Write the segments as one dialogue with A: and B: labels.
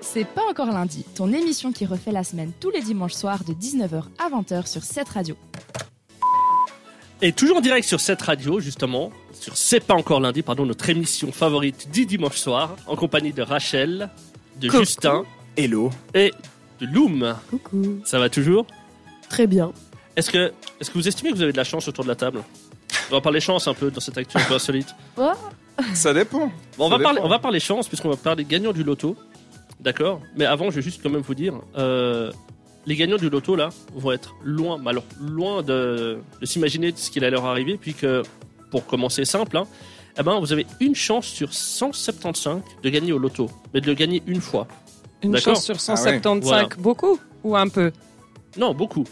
A: C'est pas encore lundi, ton émission qui refait la semaine tous les dimanches soirs de 19h à 20h sur cette radio.
B: Et toujours en direct sur cette radio, justement, sur C'est pas encore lundi, pardon, notre émission favorite du dimanche soir, en compagnie de Rachel, de
C: Coucou.
B: Justin
D: Hello.
B: et de Loum.
C: Coucou.
B: Ça va toujours
C: Très bien.
B: Est-ce que, est-ce que vous estimez que vous avez de la chance autour de la table On va parler chance un peu dans cette actu un peu insolite.
D: Ça dépend.
B: Bon, on,
D: Ça
B: va parler,
D: dépend.
B: on va parler chance, puisqu'on va parler gagnants du loto. D'accord Mais avant, je vais juste quand même vous dire euh, les gagnants du loto, là, vont être loin, mais alors loin de, de s'imaginer de ce qu'il allait leur arriver. Puis que, pour commencer simple, hein, eh ben, vous avez une chance sur 175 de gagner au loto, mais de le gagner une fois.
E: Une
B: D'accord.
E: chance sur
D: Ah ouais.
E: 175,
B: Voilà.
E: beaucoup ou un peu
B: Non, beaucoup.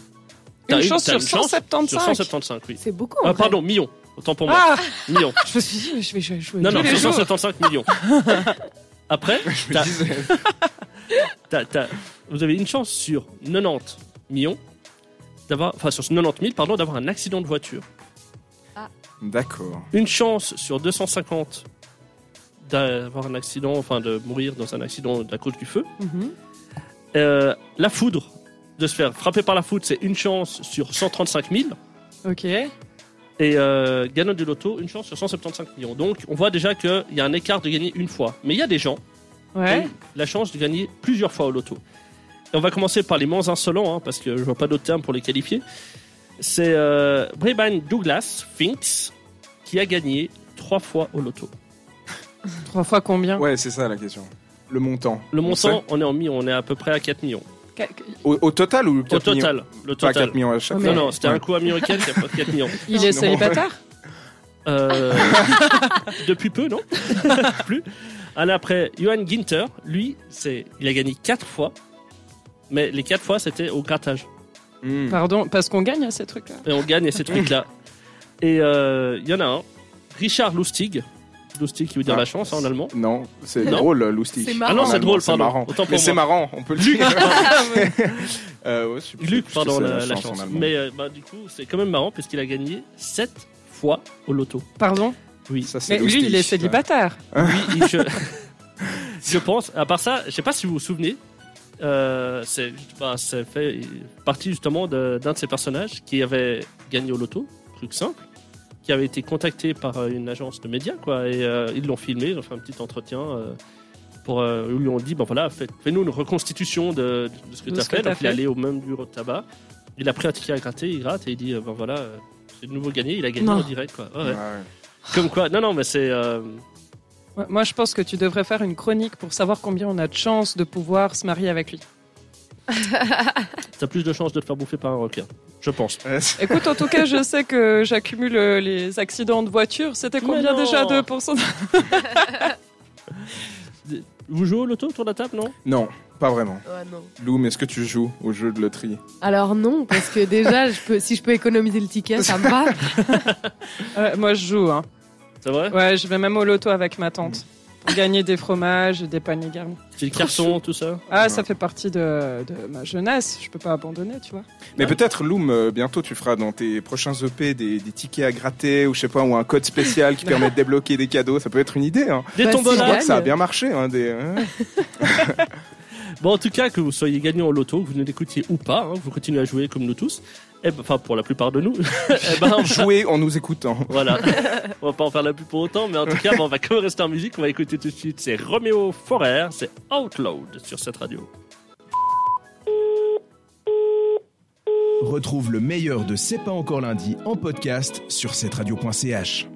E: Une
B: T'as
E: chance
B: t'as
E: sur
B: chance
E: 175.
B: Sur 175, oui.
C: C'est beaucoup.
B: Ah, pardon, millions. Autant pour moi.
E: Ah
B: Millions.
E: Je me suis dit, je vais jouer- jouer
B: Non,
E: tous
B: non,
E: les jours.
B: 175 millions. Après,
D: Je me
B: t'as-
D: disais.
B: T'as- t'as- vous avez une chance sur 90 millions d'avoir, enfin sur 90 000 pardon, d'avoir un accident de voiture.
D: D'accord.
B: Une chance sur 250 d'avoir un accident, enfin de mourir dans un accident à cause du feu.
E: Mhm.
B: Euh, la foudre, de se faire frapper par la foudre, c'est une chance sur 135 000.
E: Ok.
B: Et euh, gagnant du loto, une chance sur 175 millions. Donc on voit déjà qu'il y a un écart de gagner une fois. Mais il y a des gens
E: Ouais.
D: Hein
B: a eu la chance de gagner plusieurs fois au loto. Et on va commencer par les moins insolents, hein, parce que je vois pas d'autres termes pour les qualifier. C'est euh, Breban Douglas Finks qui a gagné trois fois au loto.
E: Trois fois combien
D: Ouais, c'est ça la question. Le montant.
B: Le
D: On
B: montant,
D: sait.
B: on est en millions, on est à peu près à 4 millions.
E: Qu-
D: Au, au total ou
B: Au
D: 4 millions
B: total, le
D: Pas
B: total.
D: 4 millions à chaque
E: Ouais,
D: fois.
B: Non, non, c'était
D: Ouais.
B: un coup à million et quelques, il y a pas 4 millions.
E: Il est
D: Non.
E: célibataire
B: Euh, depuis peu, non Plus. Alors après, Johan Ginter, lui, c'est, il a gagné quatre fois, mais les quatre fois, c'était au grattage.
D: Hmm.
E: Pardon, parce qu'on gagne à ces trucs-là.
B: et on gagne ces trucs-là. Et euh, il y en a un, Richard Lustig, Lustig qui veut dire
D: Ah.
B: la chance hein, en allemand.
D: Non, c'est
B: Non.
D: drôle, Loustic.
C: C'est
B: Ah
C: marrant.
B: non,
D: En
B: c'est
D: allemand,
B: drôle,
D: c'est
B: pardon.
D: marrant.
B: Autant pour
D: Mais c'est
B: moi.
D: marrant, on peut le dire. Euh, ouais, je sais plus
B: Luc,
D: ce que
B: pardon,
D: c'est,
B: la, la chance.
D: en allemand.
B: Mais euh, bah, du coup, c'est quand même marrant parce qu'il a gagné 7 fois au loto.
E: Pardon
B: Oui.
D: Ça, c'est
E: Mais lui, il est
D: Loustic.
E: célibataire.
B: Il- je, je pense, à part ça, je sais pas si vous vous souvenez, euh, c'est bah, ça fait partie justement de- d'un de, ces personnages qui avait gagné au loto, truc simple, qui avait été contacté par euh, une agence de médias, quoi, et euh, ils l'ont filmé, ils ont fait un petit entretien. euh, pour, euh, où ils lui ont dit, ben voilà, fais- fais-nous une reconstitution de, de ce que
E: De
B: tu as
E: ce que
B: fait.
E: t'as
B: Donc il est
E: fait.
B: allé au même bureau de tabac. Il a pris un ticket à gratter, il gratte et il dit, euh, ben voilà, euh, c'est de nouveau gagné. Il a gagné
E: Non.
B: en direct. Quoi. Ouais, ouais.
D: Ouais, ouais.
B: Comme quoi, non, non, mais c'est... euh,
E: Ouais, Moi, je pense que tu devrais faire une chronique pour savoir combien on a de chances de pouvoir se marier avec lui.
B: T'as plus de chances de te faire bouffer par un requin. Je pense.
D: Ouais, c'est-
E: Écoute, en tout cas, je sais que j'accumule euh, les accidents de voiture. C'était
B: Mais
E: combien
B: non.
E: déjà 2%
B: Vous jouez au loto autour de la table, non
D: Non, pas vraiment.
C: Ouais, Ah, non.
D: Lou, mais est-ce que tu joues au jeu de loterie
C: Alors non, parce que déjà, je peux, si je peux économiser le ticket, ça me va.
E: Euh, Moi, je joue. Hein.
B: C'est vrai
E: Ouais, je vais même au loto avec ma tante. Pour gagner des fromages et des paniers garnis.
B: C'est
C: Bah,
B: le carton, tout ça
E: Ah,
D: Ouais.
E: ça fait partie de, de ma jeunesse. Je peux pas abandonner, tu vois.
D: Mais
B: Ouais.
D: peut-être, Loom, euh, bientôt tu feras dans tes prochains EP des, des tickets à gratter ou je sais pas, ou un code spécial qui permet de débloquer des cadeaux. Ça peut être une idée. Hein.
B: Des
C: Bah,
B: tombolas
C: si,
D: Je crois que ça a
C: Gagne.
D: bien marché. Hein, des, hein.
B: Bon, en tout cas, que vous soyez gagnant au loto, que vous nous l'écoutiez ou pas, hein, vous continuez à jouer comme nous tous. Eh ben, Enfin, pour la plupart de nous. eh ben,
D: Jouer en nous écoutant.
B: voilà. On va pas en faire la pub pour autant, mais en tout cas, bon, on va quand même rester en musique. On va écouter tout de suite. C'est Romeo Forer, c'est Outload sur cette radio.
F: Retrouve le meilleur de C'est pas encore lundi en podcast sur cette radio.ch.